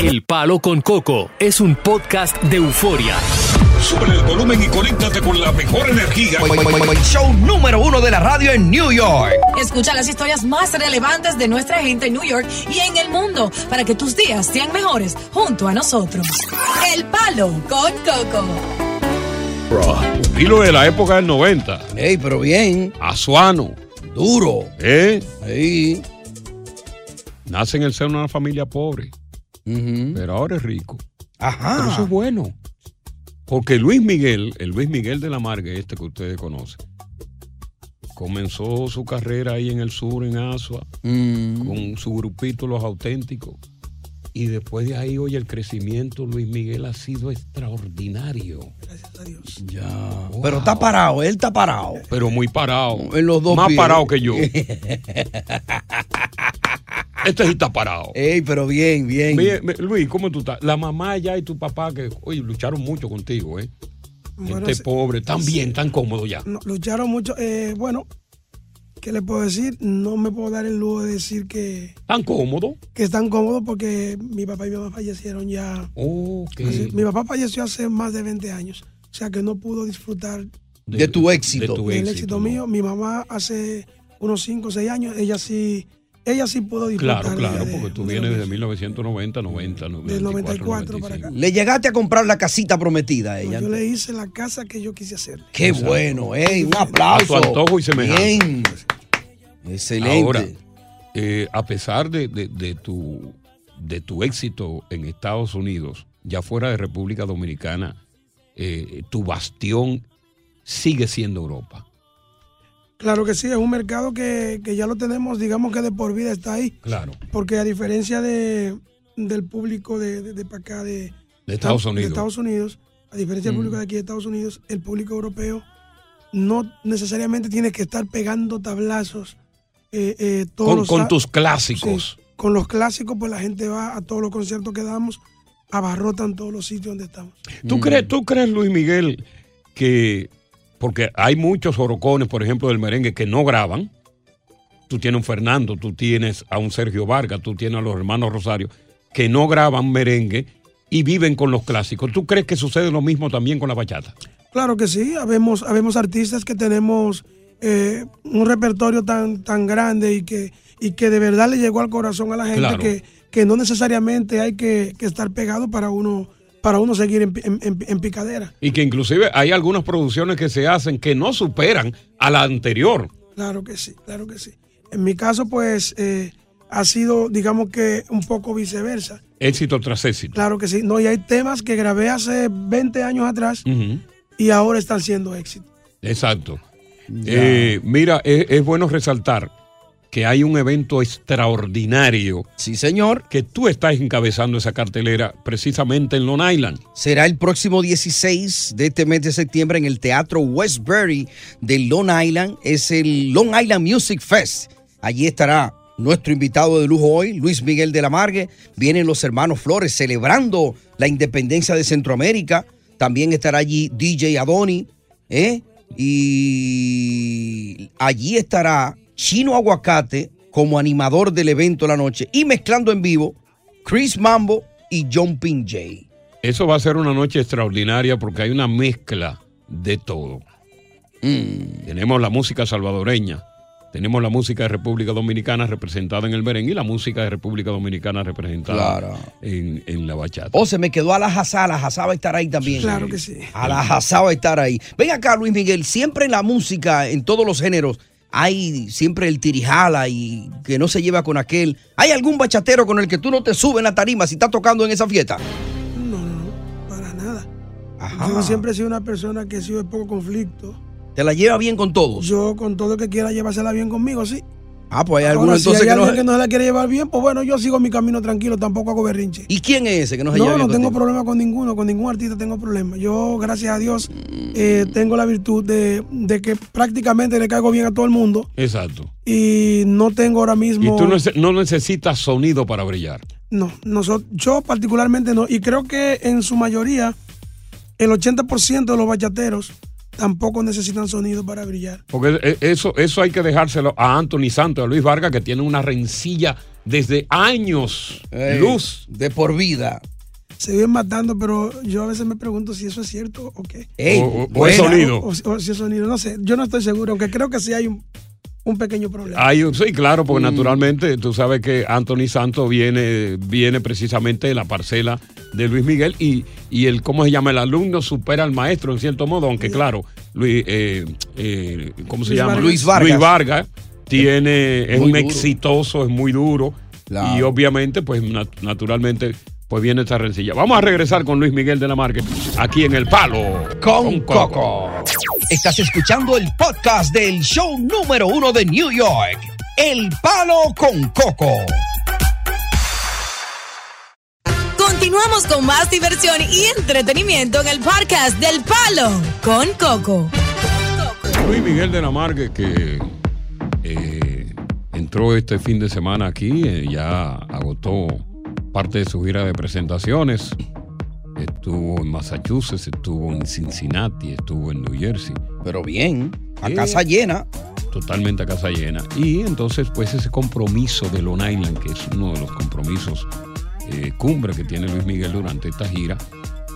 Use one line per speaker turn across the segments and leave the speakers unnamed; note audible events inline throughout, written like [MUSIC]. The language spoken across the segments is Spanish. El Palo con Coco es un podcast de euforia.
Sube el volumen y conéctate con la mejor energía.
Show número uno de la radio en New York.
Escucha las historias más relevantes de nuestra gente en New York y en el mundo para que tus días sean mejores junto a nosotros. El Palo con Coco.
Dilo de la época del 90.
Ey, pero bien,
Azuano,
duro.
¿eh?
Ahí.
Nace en el seno de una familia pobre,
Ujú.
pero ahora es rico. Pero eso
Ajá.
es bueno. Porque Luis Miguel, el Luis Miguel de la Marga, este que ustedes conocen, comenzó su carrera ahí en el sur, en Asua,
Mm.
con su grupito Los Auténticos. Y después de ahí, oye, el crecimiento Luis Miguel ha sido extraordinario.
Ya. Pero está parado, él está parado.
Pero muy parado.
En los dos
Más
pies.
parado que
[LAUGHS]
yo. este sí está parado.
Ey, pero bien, bien.
Mire, mi- Luis, ¿cómo tú estás? La mamá allá y tu papá que, oye, lucharon mucho contigo, ¿eh?
Bueno,
Gente
sí.
pobre, tan bien, tan cómodo ya.
No, lucharon mucho. Eh, bueno, ¿qué les puedo decir? No me puedo dar el lujo de decir que,
Tan cómodo.
que están cómodos porque mi papá y mi mamá fallecieron ya.
Ok.
Así- Mi papá falleció hace más de 20 años, o sea que no pudo disfrutar
De tu éxito.
de tu
del éxito
¿no?
mío. Mi mamá hace unos 5 o 6 años, ella sí, ella sí pudo disfrutar.
Claro,
de-
claro,
de-
porque tú
de
vienes
lo
desde
que-
1990, 90, 94,
Del 94 para acá.
Le llegaste a comprar la casita prometida a ella.
Yo le hice la casa que yo quise hacerle.
Qué bueno, ey, un aplauso.
A su antojo y semejanza.
Bien. Excelente.
Ahora, eh, a pesar de, de- de tu, de tu éxito en Estados Unidos, ya fuera de República Dominicana, eh, tu bastión sigue siendo Europa.
Claro que sí, es un mercado que, que ya lo tenemos, digamos que de por vida está ahí.
Claro.
Porque a diferencia de, del público de, de, de pa' acá, de,
De Estados
de
Unidos. Mm.
Estados Unidos, a diferencia del público de aquí de Estados Unidos, el público europeo no necesariamente tiene que estar pegando tablazos eh, eh, todos
con,
los
con
sa-
tus
sí,
clásicos.
con los clásicos, pues la gente va a todos los conciertos que damos, abarrotan todos los sitios donde estamos.
¿Tú, crees, ¿Tú crees, Luis Miguel, que... Porque hay muchos orocones, por ejemplo, del merengue que no graban. Tú tienes a un Fernando, tú tienes a un Sergio Vargas, tú tienes a los hermanos Rosario, que no graban merengue y viven con los clásicos. ¿Tú crees que sucede lo mismo también con la bachata?
Claro que sí, habemos, habemos artistas que tenemos eh, un repertorio tan, tan grande y que, y que de verdad le llegó al corazón a la gente
Claro.
que, que no necesariamente hay que, que estar pegado para uno, para uno seguir en, pi- en- en- en picadera.
Y que inclusive hay algunas producciones que se hacen que no superan a la anterior.
Claro que sí, claro que sí. En mi caso, pues, eh, ha sido, digamos que un poco viceversa.
Éxito tras éxito.
Claro que sí. No, y hay temas que grabé hace 20 años atrás
Ujú.
y ahora están siendo éxito.
Exacto. Eh, mira, es, es bueno resaltar que hay un evento extraordinario
Sí, señor.
que tú estás encabezando esa cartelera precisamente en Long Island.
Será el próximo 16 de este mes de septiembre en el Teatro Westbury de Long Island. Es el Long Island Music Fest. Allí estará nuestro invitado de lujo hoy, Luis Miguel de la Margue. Vienen los hermanos Flores celebrando la independencia de Centroamérica. También estará allí DJ Adoni. ¿eh? Y allí estará Chino Aguacate como animador del evento la noche. Y mezclando en vivo, Chris Mambo y John Pin Jay.
Eso va a ser una noche extraordinaria porque hay una mezcla de todo.
Mm.
Tenemos la música salvadoreña, tenemos la música de República Dominicana representada en el merengue y la música de República Dominicana representada
Claro.
en, en la bachata.
O Oh, se me quedó a la Hazá, la Hazá va a estar ahí también.
Claro que sí.
A la Hazá va a estar ahí. Ven acá, Luis Miguel, siempre en la música, en todos los géneros, hay siempre el tirijala y que no se lleva con aquel. ¿Hay algún bachatero con el que tú no te subes en la tarima si estás tocando en esa fiesta?
No, no, no, para nada.
Ajá.
Yo siempre he sido una persona que he sido de poco conflicto.
Te la lleva bien con todos.
Yo con todo el que quiera llevársela bien conmigo, sí.
Ah, pues hay
Ahora,
alguno
si
entonces
hay
que no.
alguien que no se la quiere llevar bien, pues bueno, yo sigo mi camino tranquilo, tampoco hago berrinche.
¿Y quién es ese que no se lleva
No,
bien
no tengo
contigo?
problema con ninguno, con ningún artista tengo problema. Yo, gracias a Dios, eh, tengo la virtud de, de que prácticamente le caigo bien a todo el mundo
Exacto.
y no tengo ahora
Y
mismo...
tú no nece- no necesitas sonido para brillar.
No, nosot- yo particularmente no. Y creo que en su mayoría, el 80% de los bachateros tampoco necesitan sonido para brillar.
Porque eh, eso, eso hay que dejárselo a Anthony Santos, a Luis Vargas, que tiene una rencilla desde años.
Ey,
Luz.
De por vida.
Se viven matando, pero yo a veces me pregunto si eso es cierto o qué.
Ey,
O- o- o el
buena.
sonido.
O, si- o si es sonido, no sé. Yo no estoy seguro, aunque creo que sí hay un, un pequeño problema.
Hay un- sí, claro, porque naturalmente tú sabes que Anthony Santos viene, viene precisamente de la parcela de Luis Miguel y, y el, ¿cómo se llama? El alumno supera al maestro en cierto modo, aunque claro, Luis, eh, eh, ¿cómo se
Luis
llama?
Vargas.
Luis Vargas.
Luis Vargas tiene, es
Muy
un
duro.
exitoso, es muy duro
Claro.
y obviamente, pues nat- naturalmente, pues viene esta rencilla. Vamos a regresar con Luis Miguel de la Marque, aquí en El Palo.
Con Coco. Estás escuchando el podcast del show número uno de New York. El palo con Coco.
Continuamos con más diversión y entretenimiento en el podcast del Palo con Coco.
Luis Miguel de la Margue que eh, entró este fin de semana aquí, eh, ya agotó parte de su gira de presentaciones. Estuvo en Massachusetts, estuvo en Cincinnati, estuvo en New Jersey,
Pero bien, a
Sí.
casa llena.
totalmente a casa llena. Y entonces, pues ese compromiso de Long Island, que es uno de los compromisos eh, cumbre que tiene Luis Miguel durante esta gira,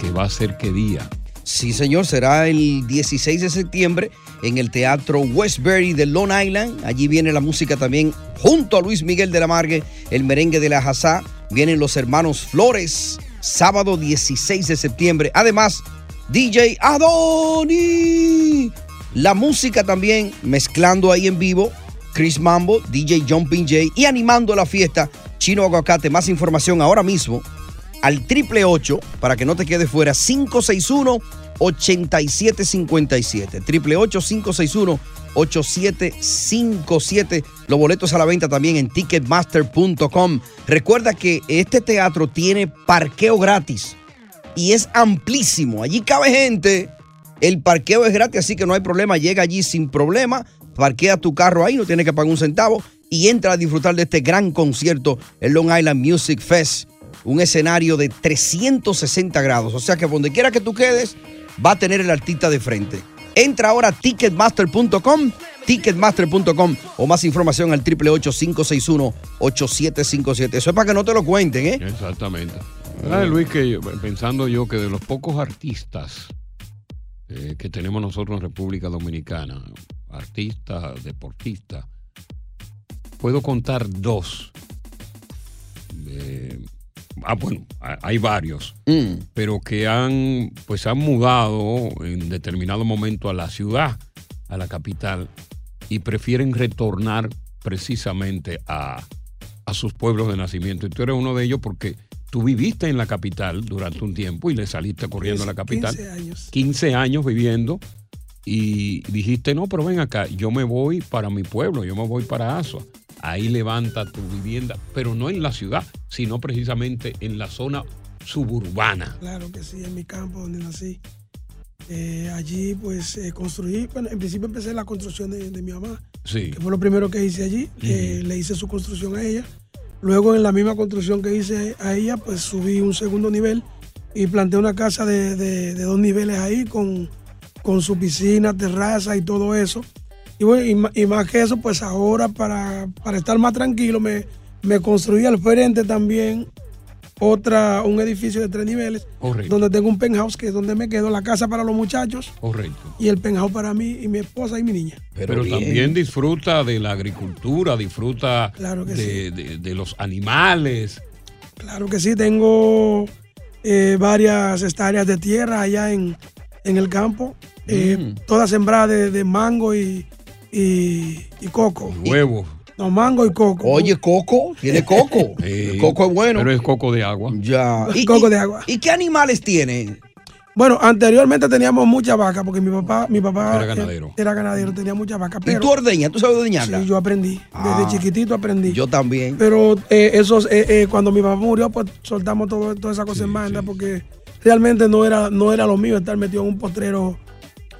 que va a ser qué día.
Sí, señor, será el 16 de septiembre en el Teatro Westbury de Long Island. Allí viene la música también junto a Luis Miguel de la Margue, el merengue de la Jazá. Vienen los hermanos Flores, sábado 16 de septiembre. Además, DJ Adoni. La música también mezclando ahí en vivo. Chris Mambo, DJ Jumping Jay y animando la fiesta Chino Aguacate. Más información ahora mismo al triple 8 para que no te quedes fuera 561 8757 triple 8 561 8757 los boletos a la venta también en ticketmaster.com recuerda que este teatro tiene parqueo gratis y es amplísimo allí cabe gente el parqueo es gratis así que no hay problema llega allí sin problema parquea tu carro ahí no tienes que pagar un centavo y entra a disfrutar de este gran concierto el Long Island Music Fest un escenario de 360 grados. O sea que donde quiera que tú quedes, va a tener el artista de frente. Entra ahora a ticketmaster.com, ticketmaster.com o más información al 888-561-8757. Eso es para que no te lo cuenten, ¿eh?
Exactamente. ¿Sabes, Luis, que yo- pensando yo que de los pocos artistas eh, que tenemos nosotros en República Dominicana, artistas, deportistas, puedo contar dos. Eh, ah, bueno, ha- hay varios,
Mm,
pero que han, pues, han mudado en determinado momento a la ciudad, a la capital, y prefieren retornar precisamente a, a sus pueblos de nacimiento. Y tú eres uno de ellos porque tú viviste en la capital durante un tiempo y le saliste corriendo a la capital.
15 años.
15 años viviendo y dijiste, no, pero ven acá, yo me voy para mi pueblo, yo me voy para Asua. Ahí levanta tu vivienda, pero no en la ciudad, sino precisamente en la zona suburbana.
Claro que sí, en mi campo donde nací. Eh, allí pues eh, construí, bueno, en principio empecé la construcción de, de mi mamá,
Sí.
que fue lo primero que hice allí, eh, le hice su construcción a ella. Luego en la misma construcción que hice a ella, pues subí un segundo nivel y planté una casa de, de- de dos niveles ahí con, con su piscina, terraza y todo eso. Y bueno, y, ma- y más que eso, pues ahora para, para estar más tranquilo me, me construí al frente también otra, un edificio de tres niveles
Correcto.
donde tengo un penthouse que es donde me quedo, la casa para los muchachos
Correcto.
y el penthouse para mí y mi esposa y mi niña.
Pero, también disfruta de la agricultura, disfruta
Claro que
de, de- de los animales.
Claro que sí, tengo eh, varias hectáreas de tierra allá en, en el campo, eh,
Mm.
todas sembradas de, de mango y, y- y coco.
Huevos.
No, mango y coco.
Oye, Coco,
[LAUGHS]
tiene Coco.
Eh,
El coco es bueno. Eh,
Pero es coco de agua.
Ya.
Coco de agua.
¿Y qué animales tiene?
Bueno, anteriormente teníamos muchas vacas porque mi papá, mi papá
Era
eh,
ganadero.
era ganadero, tenía muchas vacas.
¿Y
Pero
tú ordeñas? ¿Tú sabes ordeñarla?
sí, yo aprendí,
Ah.
desde chiquitito aprendí.
Yo también.
Pero eh, esos, eh, eh, cuando mi papá murió, pues soltamos todo, toda esa cosa en banda porque realmente no era, no era lo mío estar metido en un potrero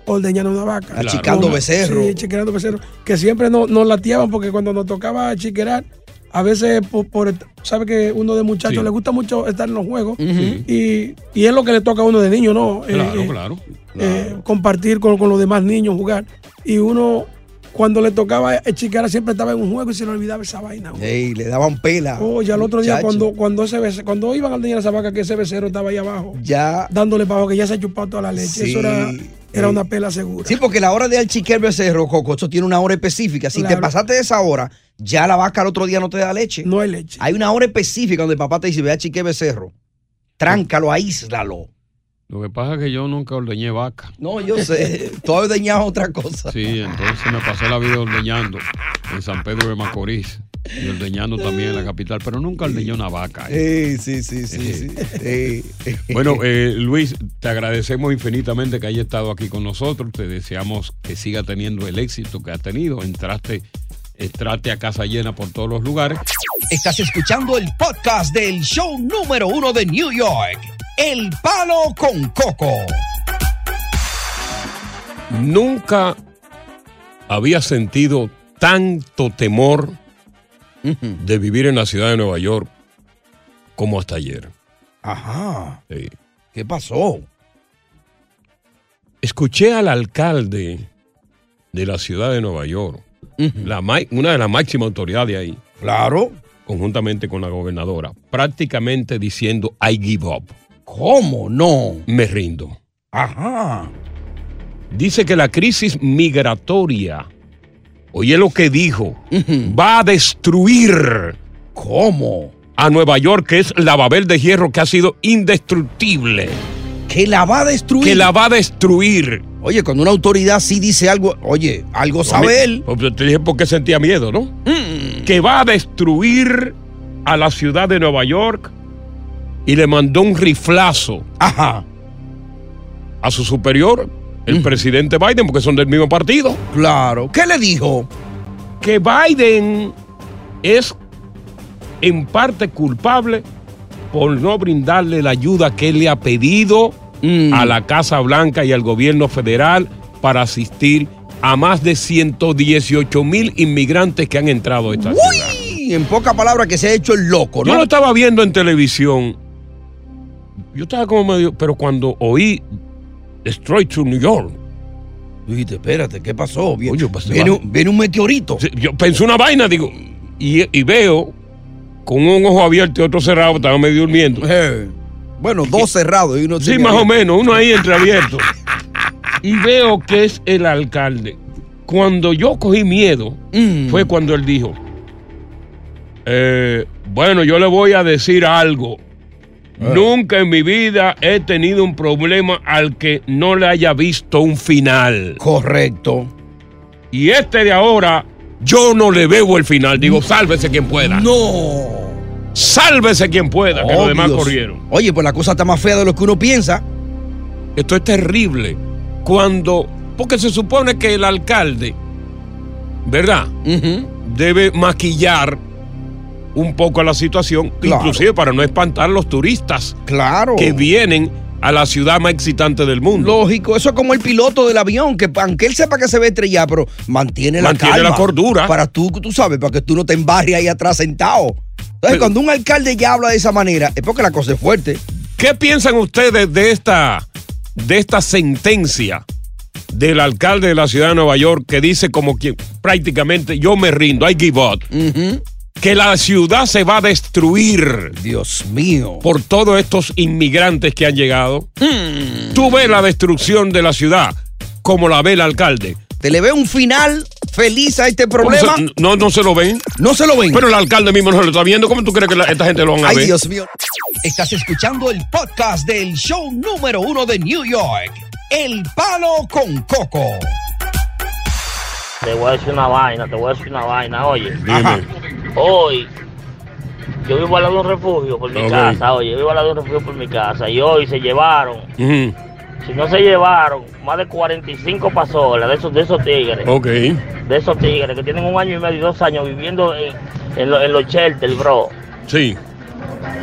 ordeñando una vaca.
Claro.
Achicando
Una-
becerro.
Sí, chiquerando becerro. Que siempre nos, nos lateaban porque cuando nos tocaba chiquerar, a veces, por, por- sabe que uno de muchachos
Sí.
le gusta mucho estar en los juegos
Sí.
y, y es lo que le toca a uno de niño, ¿no? Eh,
Claro,
eh,
claro.
eh, compartir con, con los demás niños, jugar. Y uno, cuando le tocaba chicara siempre estaba en un juego y se le olvidaba esa vaina.
Ey, le daban pela.
Oye, al Oh, otro día,
Ah, muchacho.
cuando, cuando, ese bece- cuando iban al niño a esa vaca, que ese becerro estaba ahí abajo,
Ya.
dándole para abajo, que ya se ha chupado toda la leche.
Sí,
Eso era, era
ey.
una pela segura.
Sí, porque la hora de alchiquear becerro, Coco, esto tiene una hora específica. Si te
Claro.
pasaste de esa hora, ya la vaca al otro día no te da leche.
No hay leche.
Hay una hora específica donde el papá te dice, ve a chiquear becerro. Tráncalo, aíslalo.
Lo que pasa es que yo nunca ordeñé vaca.
No, yo sé. [LAUGHS] Tú has ordeñado otra cosa.
Sí, entonces me pasé la vida ordeñando en San Pedro de Macorís y ordeñando también en la capital, pero nunca ordeñé una vaca. ¿eh?
Eh, sí, sí, sí, sí. Eh, eh.
Bueno, eh, Luis, te agradecemos infinitamente que hayas estado aquí con nosotros. Te deseamos que siga teniendo el éxito que has tenido. Entraste, entraste a casa llena por todos los lugares.
Estás escuchando el podcast del show número uno de New York, El Palo con Coco.
Nunca había sentido tanto temor de vivir en la ciudad de Nueva York como hasta ayer. Eh,
Ajá,
Sí.
¿qué pasó?
Escuché al alcalde de la ciudad de Nueva York, la ma- una de las máximas autoridades ahí,
Claro,
conjuntamente con la gobernadora, prácticamente diciendo, I give up,
¿cómo no?
me rindo.
Ajá,
Dice que la crisis migratoria, oye lo que dijo, va a destruir
¿cómo?
a Nueva York, que es la Babel de hierro que ha sido indestructible,
Que la va a destruir.
que la va a destruir.
Oye, cuando una autoridad sí dice algo, oye, algo sabe él.
Pues yo te dije porque sentía miedo, ¿no?
Mm.
que va a destruir a la ciudad de Nueva York y le mandó un riflazo
Ajá,
a su superior, el presidente Biden, porque son del mismo partido,
claro. ¿Qué le dijo?
que Biden es en parte culpable por no brindarle la ayuda que le ha pedido
Mm.
a la Casa Blanca y al gobierno federal para asistir a más de 118 mil inmigrantes que han entrado a esta ciudad.
Uy, en pocas palabras que se ha hecho el loco,
Yo
¿no?
lo estaba viendo en televisión. Yo estaba como medio. Pero cuando oí Destroy to New York,
Dijiste, espérate, ¿qué pasó? Viene,
Oye, pues,
viene
va-
un, viene un meteorito.
yo pensé una vaina, digo. Y, y veo con un ojo abierto y otro cerrado, estaba medio durmiendo.
[LAUGHS] Eh, Bueno, dos cerrados y uno
Sí,
tiene
más o
abierto.
menos, uno ahí entreabierto. Y veo que es el alcalde. Cuando yo cogí miedo,
Mm.
fue cuando él dijo: eh, Bueno, yo le voy a decir algo. Nunca en mi vida he tenido un problema al que no le haya visto un final.
Correcto.
Y este de ahora, yo no le veo el final. Digo, sálvese quien pueda.
No.
Sálvese quien pueda, que los demás
Obvio.
corrieron.
Oye, pues la cosa está más fea de lo que uno piensa.
Esto es terrible. Cuando. Porque se supone que el alcalde, ¿verdad? Debe maquillar un poco la situación,
Claro.
inclusive para no espantar a los turistas
Claro.
que vienen a la ciudad más excitante del mundo.
Lógico, eso es como el piloto del avión, que aunque él sepa que se ve estrellar, pero mantiene la
Mantiene
calma.
la cordura.
Para tú, tú sabes, para que tú no te embarres ahí atrás sentado. Entonces,
Pero-
cuando un alcalde ya habla de esa manera, es porque la cosa es fuerte.
¿Qué piensan ustedes de esta, de esta sentencia del alcalde de la ciudad de Nueva York que dice como que prácticamente yo me rindo, I give up,
Ujú.
que la ciudad se va a destruir
Dios mío.
por todos estos inmigrantes que han llegado?
Hmm.
Tú ves la destrucción de la ciudad como la ve el alcalde.
¿Te le ve un final feliz a este problema?
¿Cómo se- no, no se lo ven.
No se lo ven.
Pero el alcalde mismo no se lo está viendo. ¿Cómo tú crees que la- esta gente lo van a
Ay,
ver?
Dios mío. Estás escuchando el podcast del show número uno de New York, El Palo con Coco.
Te voy a decir una vaina, te voy a decir una vaina, oye.
Dime.
Ajá.
Hoy, yo vivo al lado de un refugio por mi
Ok.
casa, oye, vivo al lado de un refugio por mi casa. Y hoy se llevaron,
Ujú.
si no se llevaron, más de 45 pasolas de esos, de esos tigres,
Ok.
de esos tigres que tienen un año y medio y dos años viviendo en, en lo- en los shelters, bro.
Sí.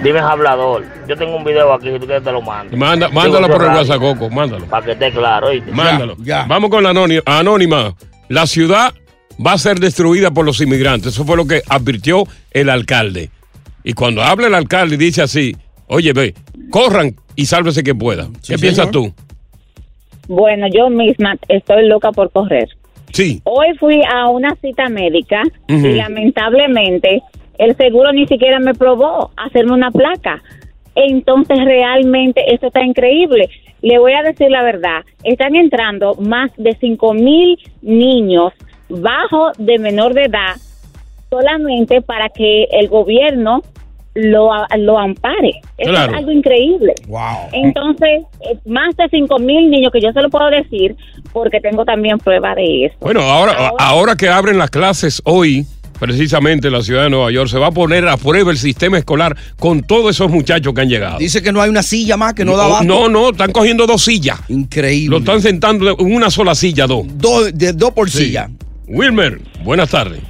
Dime hablador. Yo tengo un video aquí, si tú quieres te lo mando.
Manda,
Digo,
mándalo
yo
por el
radio,
WhatsApp, Coco. Mándalo.
Para que esté claro, oíste.
Mándalo.
ya.
Vamos con la anónima, anónima. La ciudad va a ser destruida por los inmigrantes. Eso fue lo que advirtió el alcalde. Y cuando habla el alcalde dice así, oye, ve, corran y sálvese quien pueda. ¿Qué piensas tú?
Bueno, yo misma estoy loca por correr.
Sí.
Hoy fui a una cita médica
Ujú.
y lamentablemente el seguro ni siquiera me probó hacerme una placa. Entonces realmente esto está increíble. Le voy a decir la verdad, están entrando más de 5 mil niños bajo de menor de edad solamente para que el gobierno lo, a- lo ampare. Eso
Claro.
es algo increíble.
Wow.
Entonces, eh, más de 5 mil niños, que yo se lo puedo decir porque tengo también prueba de eso.
Bueno, ahora, ahora que abren las clases hoy, precisamente en la ciudad de Nueva York, se va a poner a prueba el sistema escolar con todos esos muchachos que han llegado.
Dice que no hay una silla más, que no, da
no,
abasto.
no, no, están cogiendo dos sillas.
Increíble.
Lo están sentando en una sola silla, dos.
Dos- de dos por
Sí.
silla.
Wilmer, buenas tardes.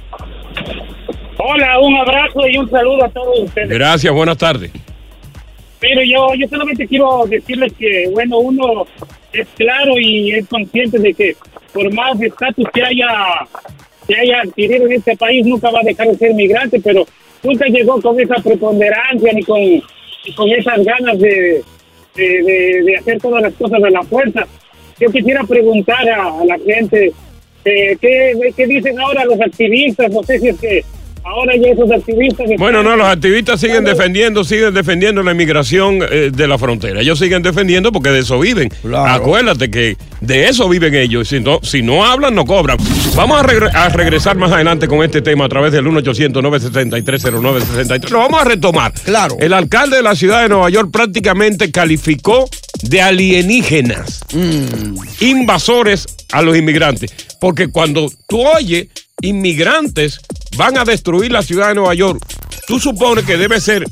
Hola, un abrazo y un saludo a todos ustedes.
Gracias, buenas tardes.
Pero yo, yo solamente quiero decirles que, bueno, uno es claro y es consciente de que por más estatus que haya, que haya adquirido en este país, nunca va a dejar de ser migrante, pero nunca llegó con esa preponderancia ni con, ni con esas ganas de, de, de- de hacer todas las cosas a la fuerza. Yo quisiera preguntar a, a la gente eh, ¿qué, qué dicen ahora los activistas, no sé si es que ahora ya esos activistas...
Bueno,
están-
no, los activistas siguen defendiendo, siguen defendiendo la inmigración eh, de la frontera. Ellos siguen defendiendo porque de eso viven.
Claro.
Acuérdate que de eso viven ellos. Si no, si no hablan, no cobran. Vamos a, regre- a regresar más adelante con este tema a través del 1-800-963-0963. Lo vamos a retomar.
Claro.
El alcalde de la ciudad de Nueva York prácticamente calificó de alienígenas invasores a los inmigrantes. Porque cuando tú oyes inmigrantes van a destruir la ciudad de Nueva York, tú supones que debe ser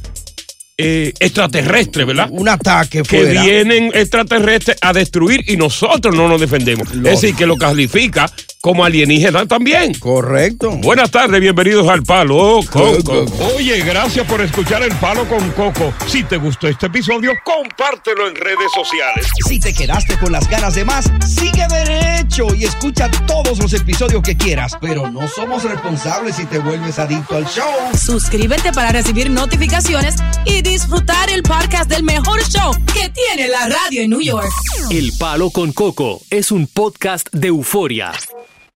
eh, extraterrestre, ¿verdad?
Un ataque
Que
fuera.
vienen extraterrestres a destruir y nosotros no nos defendemos. Es decir, que lo califica como alienígena también.
Correcto.
Buenas tardes, bienvenidos al Palo con Coco. Oye, gracias por escuchar El Palo con Coco. Si te gustó este episodio, compártelo en redes sociales.
Si te quedaste con las ganas de más, sigue derecho y escucha todos los episodios que quieras. Pero no somos responsables si te vuelves adicto al show.
Suscríbete para recibir notificaciones y disfrutar el podcast del mejor show que tiene la radio en New York.
El Palo con Coco es un podcast de euforia.